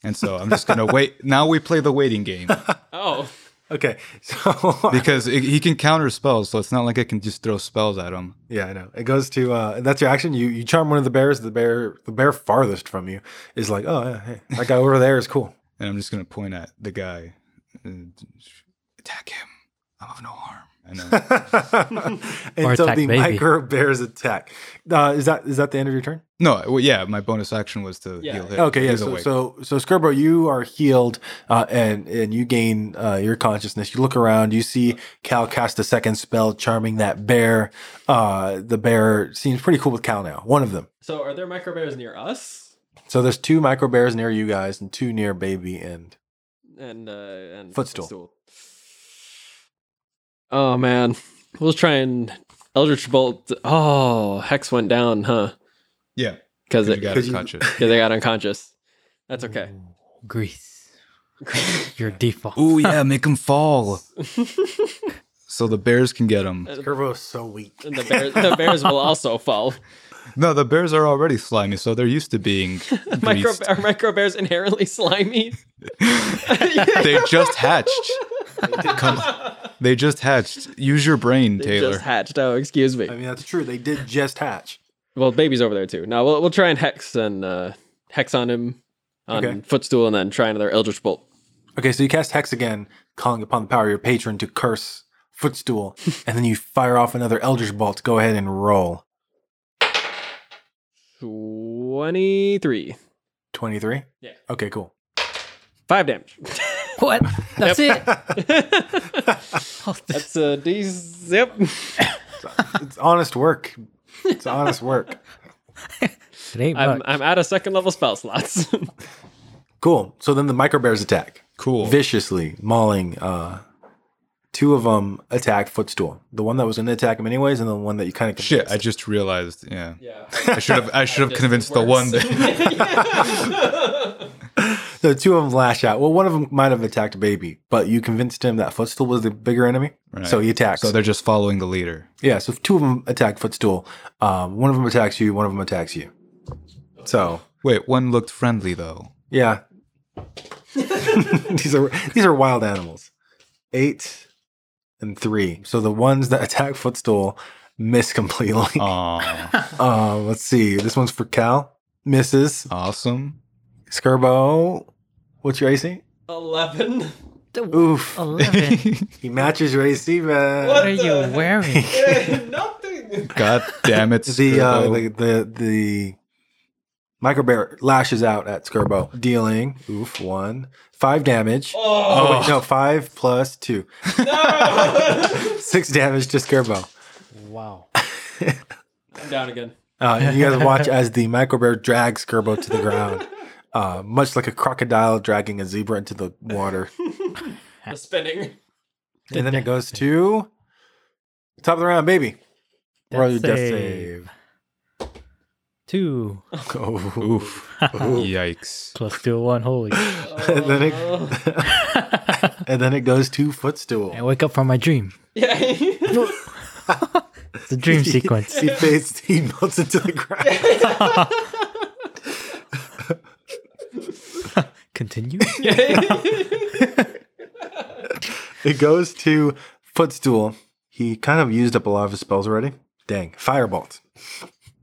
S4: And so I'm just gonna wait. Now we play the waiting game
S5: Oh,
S2: Okay, so
S4: because it, he can counter spells, so it's not like I can just throw spells at him.
S2: yeah, I know it goes to uh, that's your action. You you charm one of the bears. The bear the bear farthest from you is like, oh yeah, hey, that guy over there is cool.
S4: And I'm just gonna point at the guy, and attack him. I'm of no harm. I know.
S2: and
S6: Or
S2: so
S6: attack
S2: the
S6: baby.
S2: micro bears attack. Uh, is that is that the end of your turn?
S4: no, well, yeah, my bonus action was to
S5: Yeah.
S4: heal him.
S2: Okay, yeah.
S4: He's
S2: So,
S4: awake.
S2: so so Skirbo, you are healed, uh, and and you gain uh, your consciousness. You look around, you see Cal cast a second spell, charming that bear. Uh, the bear seems pretty cool with Cal now. One of them.
S5: so are there micro bears near us?
S2: So there's two micro bears near you guys, and two near Baby. And
S5: And uh, and
S2: Footstool.
S5: Oh man, we'll try and Eldritch Bolt. Oh, Hex went down, huh?
S4: yeah,
S5: Because
S4: because
S5: it
S4: you got
S5: because
S4: unconscious.
S5: they got unconscious. That's okay.
S6: Mm. Grease. Your default.
S4: Ooh yeah, make him fall. so the bears can get them.
S2: Curvo is so weak.
S5: And the, bear, the bears will also fall.
S4: No, the bears are already slimy, so they're used to being
S5: Micro,
S4: greased.
S5: are micro bears inherently slimy?
S4: They just hatched. Come on. They just hatched. Use your brain,
S5: They
S4: Taylor.
S5: just hatched. Oh, excuse me.
S2: I mean, that's true. They did just hatch.
S5: Well, baby's over there too. No, we'll, we'll try and hex and uh, hex on him on
S2: Okay.
S5: footstool, and then try another eldritch bolt.
S2: Okay, so you cast Hex again, calling upon the power of your patron to curse Footstool, and then you fire off another Eldritch Bolt. Go ahead and roll.
S5: Twenty-three,
S2: 23?
S5: Yeah.
S2: Okay, cool.
S5: five damage.
S6: What? That's it. Oh, th-
S5: That's a D. Yep.
S2: It's honest work. It's honest work.
S6: it ain't
S5: I'm
S6: much.
S5: I'm out of second level spell slots.
S2: Cool. So then the micro bears attack
S4: Cool.
S2: viciously, mauling. Uh, two of them attack Footstool. The one that was going to attack him anyways, and the one that you kind of
S4: Shit, I just realized. Yeah,
S5: yeah.
S4: I should have. I should have convinced the one. That,
S2: So two of them lash out. Well, one of them might have attacked Baby, but you convinced him that Footstool was the bigger enemy,
S4: Right.
S2: so he attacks.
S4: so they're just following the leader.
S2: Yeah, so if two of them attack Footstool. Um, one of them attacks you, one of them attacks you. So,
S4: Wait, one looked friendly though.
S2: yeah. these are these are wild animals. 8 and 3. So the ones that attack Footstool miss
S4: Oh.
S2: completely.
S4: Aw,
S2: Uh, let's see. This one's for Cal. Misses.
S4: awesome.
S2: Skirbo. What's your AC?
S5: Eleven.
S2: Oof.
S6: Oh. Eleven.
S2: He matches your AC, man.
S6: What are you wearing?
S5: Nothing.
S4: God damn it.
S2: the uh,
S4: Skirbo.
S2: the the the micro bear lashes out at Skirbo, dealing oof one five damage. Oh, wait, no, five plus two, six damage to Skirbo.
S6: Wow.
S5: I'm down again.
S2: Uh, and you guys watch as the micro bear drags Skirbo to the ground, uh, much like a crocodile dragging a zebra into the water.
S5: The spinning.
S2: And then it goes to top of the round, baby. Roll your
S6: Death
S2: death save.
S6: save. Two
S2: Oh,
S4: Oof.
S2: uh,
S4: Yikes.
S6: plus two, one. Holy.
S2: and then it and then it goes to footstool.
S6: I wake up from my dream.
S5: Yeah.
S6: It's a dream sequence.
S2: he fades, he melts into the ground.
S6: Continue.
S2: it goes to footstool. He kind of used up a lot of his spells already. Dang, firebolt.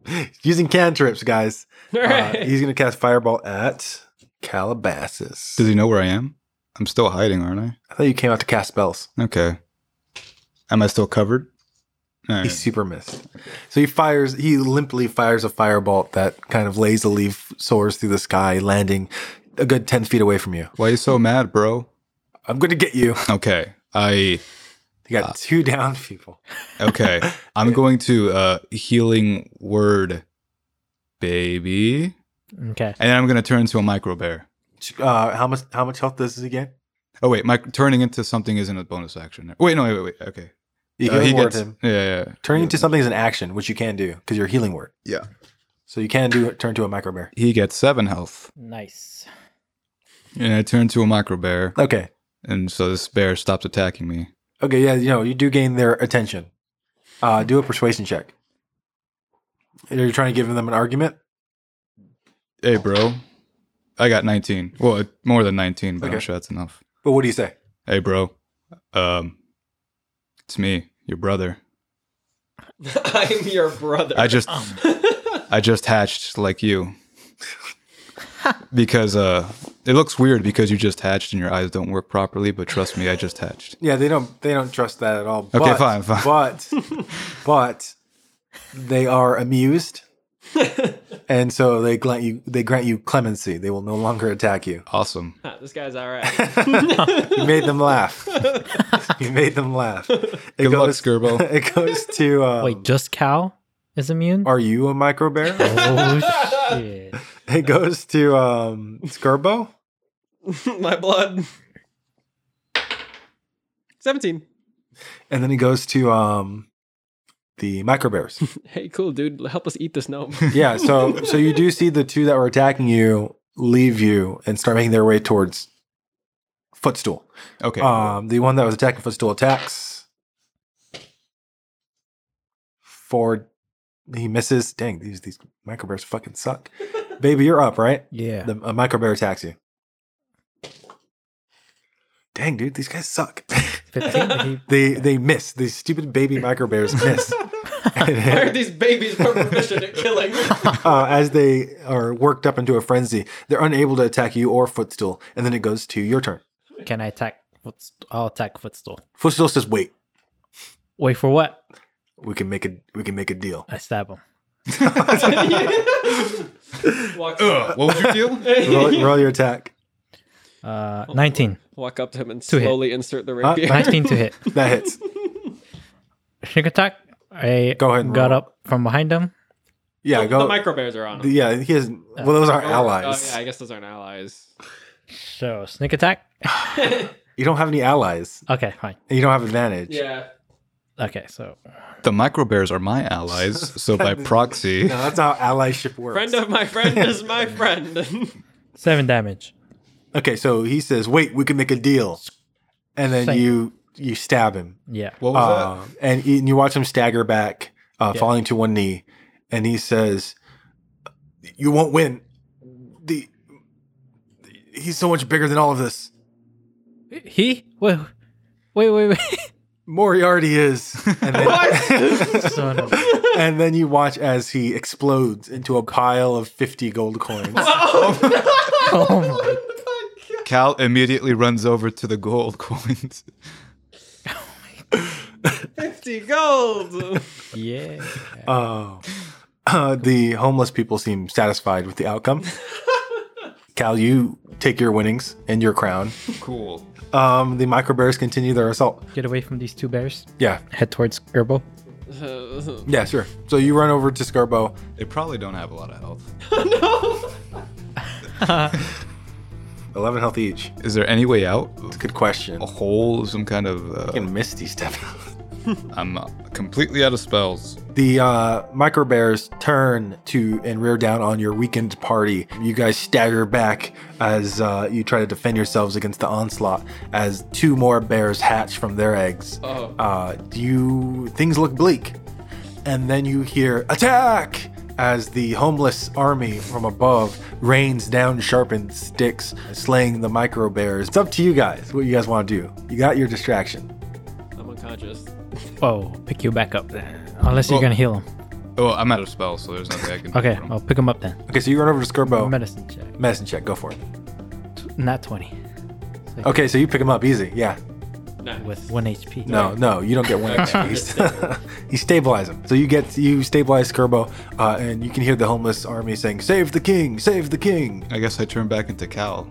S2: Using cantrips, guys. Uh, he's gonna cast fireball at Calabasas.
S4: Does he know where I am? I'm still hiding, aren't
S2: I thought you came out to cast spells.
S4: I? Okay. Am I still covered? All
S2: He
S4: right.
S2: super missed. So he fires. He limply fires a firebolt that kind of lazily f- soars through the sky, landing a good ten feet away from you.
S4: Why you so mad, bro?
S2: I'm gonna get you.
S4: Okay. I
S2: You
S4: Uh.
S2: got two down people.
S4: okay. I'm going to uh healing word baby.
S6: Okay.
S4: And then I'm gonna turn into a micro bear.
S2: Uh, how much? How much health does this again?
S4: Oh wait, my turning into something isn't a bonus action. Wait, no, wait, wait, wait. Okay.
S2: You
S4: Uh,
S2: can reward
S4: gets-
S2: him.
S4: Yeah, yeah, yeah.
S2: Turning into something is an action, which you can do because you're a healing word.
S4: Yeah.
S2: So you can do turn to a micro bear.
S4: He gets seven health.
S6: Nice.
S4: And I turn into a micro bear.
S2: Okay.
S4: And so this bear stops attacking me.
S2: Okay. Yeah. You know, you do gain their attention. Uh, do a persuasion check. Are you trying to give them an argument?
S4: Hey, bro. I got 19. Well, it- more than 19, but I'm
S2: Okay.
S4: sure that's enough.
S2: But what do you say?
S4: Hey, bro. Um, it's me, your brother.
S5: I'm your brother.
S4: I just, I just hatched like you. because uh, it looks weird because you just hatched and your eyes don't work properly. But trust me, I just hatched.
S2: Yeah, they don't. They don't trust that at all. Okay.
S4: fine, fine.
S2: But, but they are amused, and so they grant you. They grant you clemency. They will no longer attack you.
S4: Awesome.
S5: Ah, this guy's all right.
S2: You made them laugh. you made them laugh. It
S4: Good luck,
S2: goes.
S4: Skirbo.
S2: it goes to. Um,
S6: Wait, just Cal is immune?
S2: Are you a micro bear?
S6: oh shit.
S2: it goes to um Skirbo.
S5: My blood. Seventeen.
S2: And then it goes to um the micro bears.
S5: Hey, cool, dude. Help us eat this gnome.
S2: yeah, so so you do see the two that were attacking you leave you and start making their way towards Footstool.
S4: Okay.
S2: Uh, Um the one that was attacking Footstool attacks. forward. He misses. Dang, these these micro bears fucking suck. Baby, you're up, right?
S9: Yeah.
S2: The, a micro bear attacks you. Dang, dude, these guys suck.
S6: 15, but he-
S2: they they miss. These stupid baby micro bears miss.
S5: I heard these babies were proficient at killing.
S2: uh, as they are worked up into a frenzy, they're unable to attack you or Footstool, and then it goes to your turn.
S6: Can I attack? Footst- I'll attack footstool.
S2: Footstool says, "Wait,
S6: Wait for what?
S2: we can make a we can make a deal."
S6: I stab him.
S5: walk,
S4: Ugh, what would you feel?
S2: Roll, roll your attack.
S6: Uh,
S2: Oh,
S6: 19.
S5: walk up to him and
S6: To hit.
S5: slowly insert the
S2: Huh?
S5: rapier.
S6: 19 to hit.
S2: That hits.
S6: Sneak attack. I
S2: Go ahead and
S6: got
S2: roll.
S6: up from behind him.
S2: Yeah,
S5: The
S2: go.
S5: micro bears are on him.
S2: yeah, he has. Well, those aren't allies.
S5: Oh, yeah, I guess those aren't allies.
S6: So sneak attack.
S2: You don't have any allies.
S6: Okay, fine.
S2: And you don't have advantage.
S5: Yeah.
S6: Okay, so
S4: The micro bears are my allies, so by proxy,
S2: No, that's how allyship works.
S5: Friend of my friend is my friend.
S6: seven damage.
S2: okay, so he says, "Wait, we can make a deal," and then
S6: Same.
S2: you you stab him,
S6: Yeah.
S4: what was that?
S2: uh, and, he- and you watch him stagger back, uh,
S6: Yeah.
S2: falling to one knee, and he says, "You won't win. The he's so much bigger than all of this.
S6: He? Wait, wait, wait. wait.
S2: Moriarty is." And then,
S6: Son of-
S2: and then you watch as he explodes into a pile of fifty gold coins.
S6: oh my.
S4: Cal immediately runs over to the gold coins.
S5: 50 gold.
S6: Yeah.
S2: Oh. Uh, the homeless people seem satisfied with the outcome. Cal, you take your winnings and your crown.
S4: Cool.
S2: Um, the micro bears continue their assault.
S6: Get away from these two bears.
S2: Yeah,
S6: Head towards Gerbo.
S2: yeah, sure. So you run over to Scarbo.
S4: They probably don't have a lot of health.
S2: 11 health each.
S4: Is there any way out?
S2: Good question.
S4: A hole? Some kind of? Uh,
S2: Fucking Misty step.
S4: I'm uh, completely out of spells.
S2: The uh, micro bears turn to and rear down on your weakened party. You guys stagger back as uh, you try to defend yourselves against the onslaught as two more bears hatch from their eggs.
S5: Oh.
S2: uh, you things look bleak, and then you hear attack as the homeless army from above rains down sharpened sticks, slaying the micro bears. It's up to you guys what you guys want to do. You got your distraction.
S5: I'm unconscious.
S6: Oh, pick you back up then. Unless you're
S4: Oh.
S6: gonna heal him.
S4: Oh, I'm out of spells, so there's nothing I can. do
S6: Okay,
S4: for 'em.
S6: I'll pick him up then.
S2: Okay, so you run over to
S4: Oh.
S2: Skirbo.
S6: Medicine check.
S2: Medicine check, go for it.
S6: Not 20.
S2: Okay, so you pick him up easy. Yeah.
S5: Nah.
S6: With 1 HP.
S2: No, no, you don't get one extra. He's- you stabilize him. So you get you stabilize Skirbo, uh, and you can hear the homeless army saying, "Save the king! Save the king!"
S4: I guess I turn back into Cal.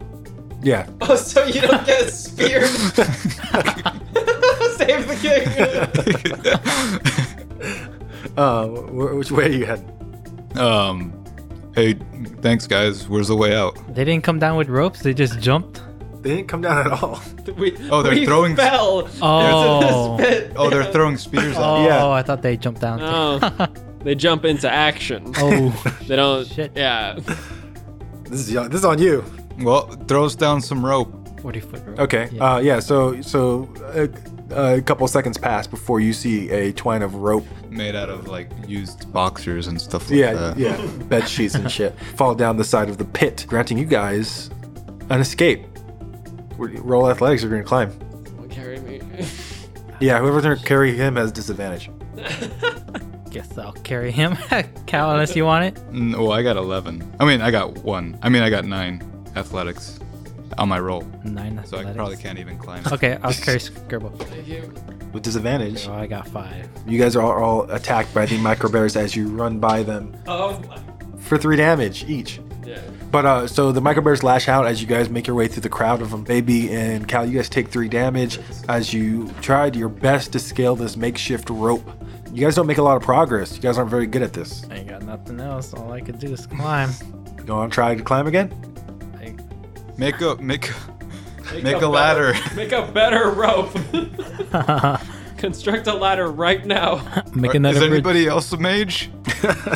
S2: Yeah.
S5: Oh, so you don't get speared. Save the king.
S2: Uh, wh- which way are you heading?
S4: Um, hey, thanks guys. Where's the way out?
S6: They didn't come down with ropes, they just jumped.
S2: They didn't come down at all.
S5: We,
S4: Oh, they're
S5: we
S4: throwing-
S5: Fell.
S6: Oh.
S5: Into this pit.
S4: Oh, they're throwing spears at.
S6: Oh,
S4: me.
S2: Yeah.
S6: I thought they jumped down. too.
S5: Oh. They jump into action.
S6: Oh,
S5: They don't.
S6: Shit.
S5: Yeah.
S2: This is this is on you.
S4: Well, throws down some rope.
S6: 40 foot rope.
S2: Okay. Uh, yeah. So so uh, a, a couple seconds pass before you see a twine of rope.
S4: made out of like used boxers and stuff like
S2: Yeah.
S4: that.
S2: Yeah. Bed sheets and shit fall down the side of the pit, granting you guys an escape. We're- Roll athletics. You're gonna climb.
S5: Carry me.
S2: Yeah. Whoever's gonna carry him has disadvantage.
S6: Guess I'll carry him. Cal, unless you want it.
S4: Mm, Well, I got 11. I mean, I got one. I mean, I got nine athletics on my roll.
S6: Nine
S4: So I
S6: athletics.
S4: probably can't even climb.
S6: Okay, I'll carry Skirbo.
S2: With disadvantage,
S6: Oh, I got five.
S2: you guys are all attacked by the micro bears as you run by them
S5: Oh my.
S2: for three damage each.
S5: Yeah.
S2: But uh, so the micro bears lash out as you guys make your way through the crowd of them. Baby and Cal, you guys take three damage as you tried your best to scale this makeshift rope. You guys don't make a lot of progress. You guys aren't very good at this.
S6: I ain't got nothing else. All I could do is climb.
S2: You want to try to climb again?
S4: Make a make make a ladder.
S5: Better, make a better rope. Construct a ladder right now.
S6: Make
S4: Is
S6: another bridge.
S4: anybody else a mage?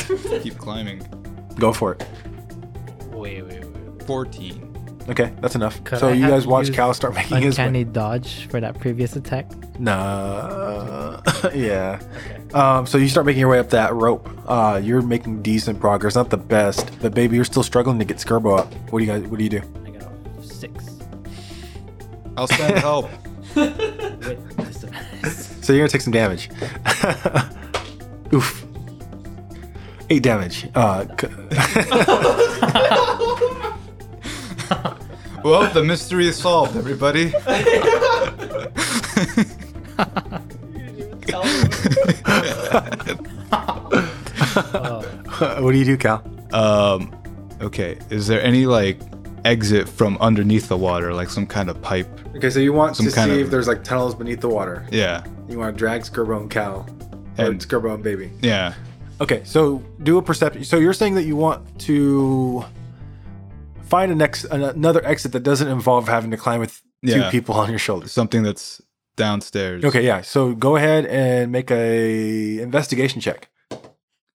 S4: Keep climbing.
S2: Go for it.
S4: 14.
S2: Okay, that's enough.
S6: Could
S2: so
S6: I
S2: you
S6: have
S2: guys watch
S6: used
S2: Cal start making his
S6: Uncanny
S2: way.
S6: dodge for that previous attack.
S2: Nah. yeah. Um, so you start making your way up that rope. Uh, you're making decent progress, not the best, but baby, you're still struggling to get Skirbo up. What do you guys? What do you do?
S6: I got a six.
S4: I'll send help.
S2: So you're gonna take some damage. Oof. Eight damage. Uh, c-
S4: Well, the mystery is solved, everybody.
S2: what do you do, Cal?
S4: Um, okay. Is there any like exit from underneath the water, like some kind of pipe?
S2: Okay, so you want
S4: Some
S2: to
S4: kind
S2: see
S4: of-
S2: if there's like tunnels beneath the water.
S4: Yeah,
S2: You want to drag Skirbo and Cal, or
S4: And-
S2: Skirbo and baby.
S4: yeah.
S2: Okay, so do a perception. So you're saying that you want to find an ex- an- another exit that doesn't involve having to climb with
S4: Yeah.
S2: two people on your shoulders.
S4: Something that's downstairs.
S2: Okay, yeah. So go ahead and make a investigation check.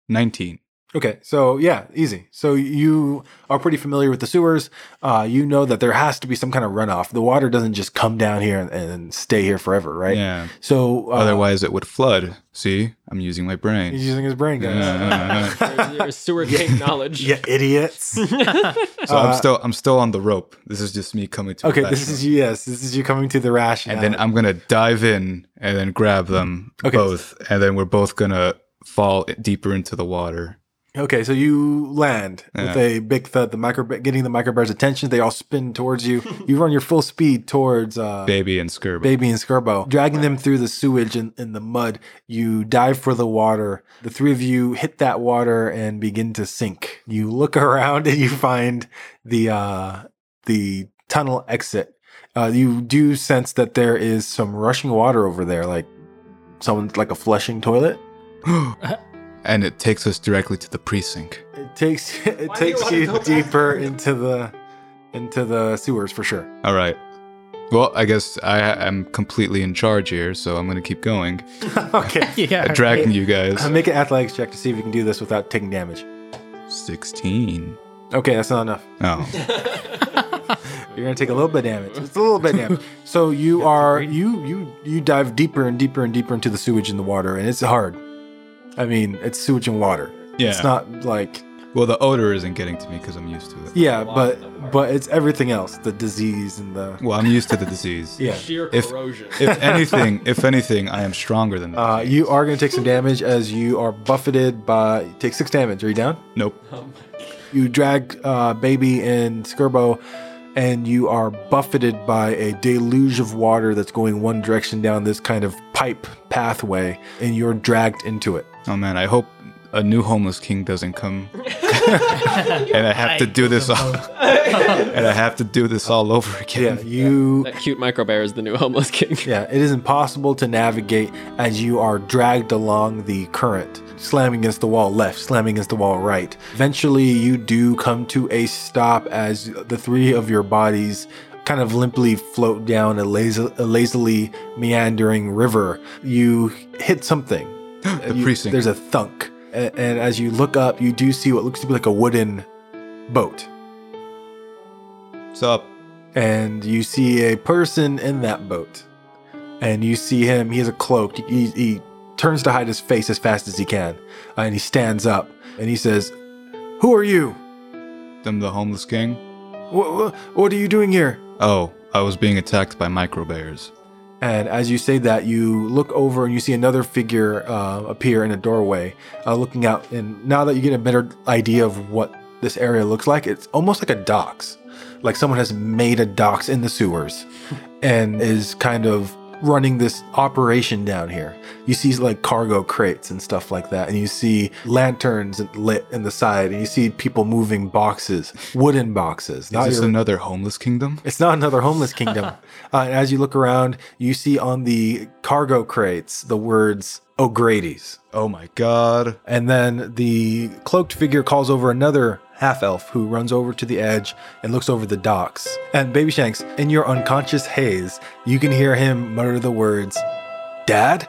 S4: Nineteen.
S2: Okay, so yeah, easy. So you are pretty familiar with the sewers. Uh, you know that there has to be some kind of runoff. The water doesn't just come down here and, and stay here forever, right?
S4: Yeah.
S2: So uh,
S4: Otherwise, it would flood. See, I'm using my
S2: he's
S4: brain.
S2: using his brain, guys.
S4: Yeah.
S5: There's your sewer king knowledge.
S2: Yeah, idiots.
S4: so I'm still, I'm still on the rope. This is just me coming to.
S2: Uh, Okay,
S4: a
S2: this is you. Yes, this is you coming to the rationale.
S4: and then I'm gonna dive in and then grab them
S2: Okay.
S4: both, and then we're both gonna fall deeper into the water.
S2: Okay, so you land with
S4: Yeah.
S2: a big thud. The micro getting the microbear's attention. They all spin towards you. you run your full speed towards uh,
S4: Baby and Skirbo.
S2: baby and Skirbo, dragging them through the sewage and in the mud. You dive for the water. The three of you hit that water and begin to sink. You look around and you find the uh, the tunnel exit. Uh, you do sense that there is some rushing water over there, like someone like a flushing toilet.
S4: and it takes us directly to the precinct.
S2: It takes it takes
S5: wanna go
S2: you
S5: back?
S2: deeper into the into the sewers for sure.
S4: All right. Well, I guess I am completely in charge here, so I'm gonna keep going,
S2: okay.
S6: Yeah.
S4: attracting you guys.
S2: Make an athletics check to see if you can do this without taking damage.
S4: Sixteen.
S2: Okay, that's not enough.
S4: Oh,
S2: You're gonna take a little bit of damage. It's a little bit of damage. So you are you you you dive deeper and deeper and deeper into the sewage and the water, and it's hard. I mean, it's sewage and water.
S4: yeah.
S2: It's not like
S4: well, the odor isn't getting to me because I'm used to it.
S2: yeah, but but it's everything else. The disease and the
S4: Well, I'm used to the disease.
S2: yeah.
S5: Sheer
S4: If-
S5: corrosion.
S4: If anything, if anything, I am stronger than that.
S2: Uh, you are gonna take some damage as you are buffeted by take six damage. Are you down?
S4: nope.
S2: You drag uh, Baby and Skirbo, and you are buffeted by a deluge of water that's going one direction down this kind of pipe pathway, and you're dragged into it.
S4: Oh man, I hope a new homeless king doesn't come. and I have to do this all and I have to do this all over
S2: Yeah,
S4: again.
S2: you.
S5: that cute micro bear is the new homeless king.
S2: Yeah, it is impossible to navigate as you are dragged along the current, slamming against the wall left, slamming against the wall right. Eventually, you do come to a stop as the three of your bodies kind of limply float down a, lazy, a lazily meandering river. You hit something.
S4: the
S2: You-
S4: precinct.
S2: There's a thunk. And, and as you look up, you do see what looks to be like a wooden boat.
S4: What's up?
S2: and you see a person in that boat and you see him he has a cloak he, he turns to hide his face as fast as he can and he stands up and he says who are you
S4: I'm the homeless king.
S2: what, what are you doing here
S4: Oh, I was being attacked by micro bears.
S2: and as you say that you look over and you see another figure uh, appear in a doorway uh, looking out and now that you get a better idea of what this area looks like it's almost like a docks like someone has made a docks in the sewers and is kind of running this operation down here. You see like cargo crates and stuff like that, and you see lanterns lit in the side, and you see people moving boxes, wooden boxes.
S4: Is
S2: Not
S4: this
S2: your,
S4: another homeless kingdom?
S2: it's not another homeless kingdom. uh, and as you look around, you see on the cargo crates the words O'Grady's.
S4: Oh my god.
S2: And then the cloaked figure calls over another half elf who runs over to the edge and looks over the docks. And Baby Shanks, in your unconscious haze, you can hear him mutter the words, Dad?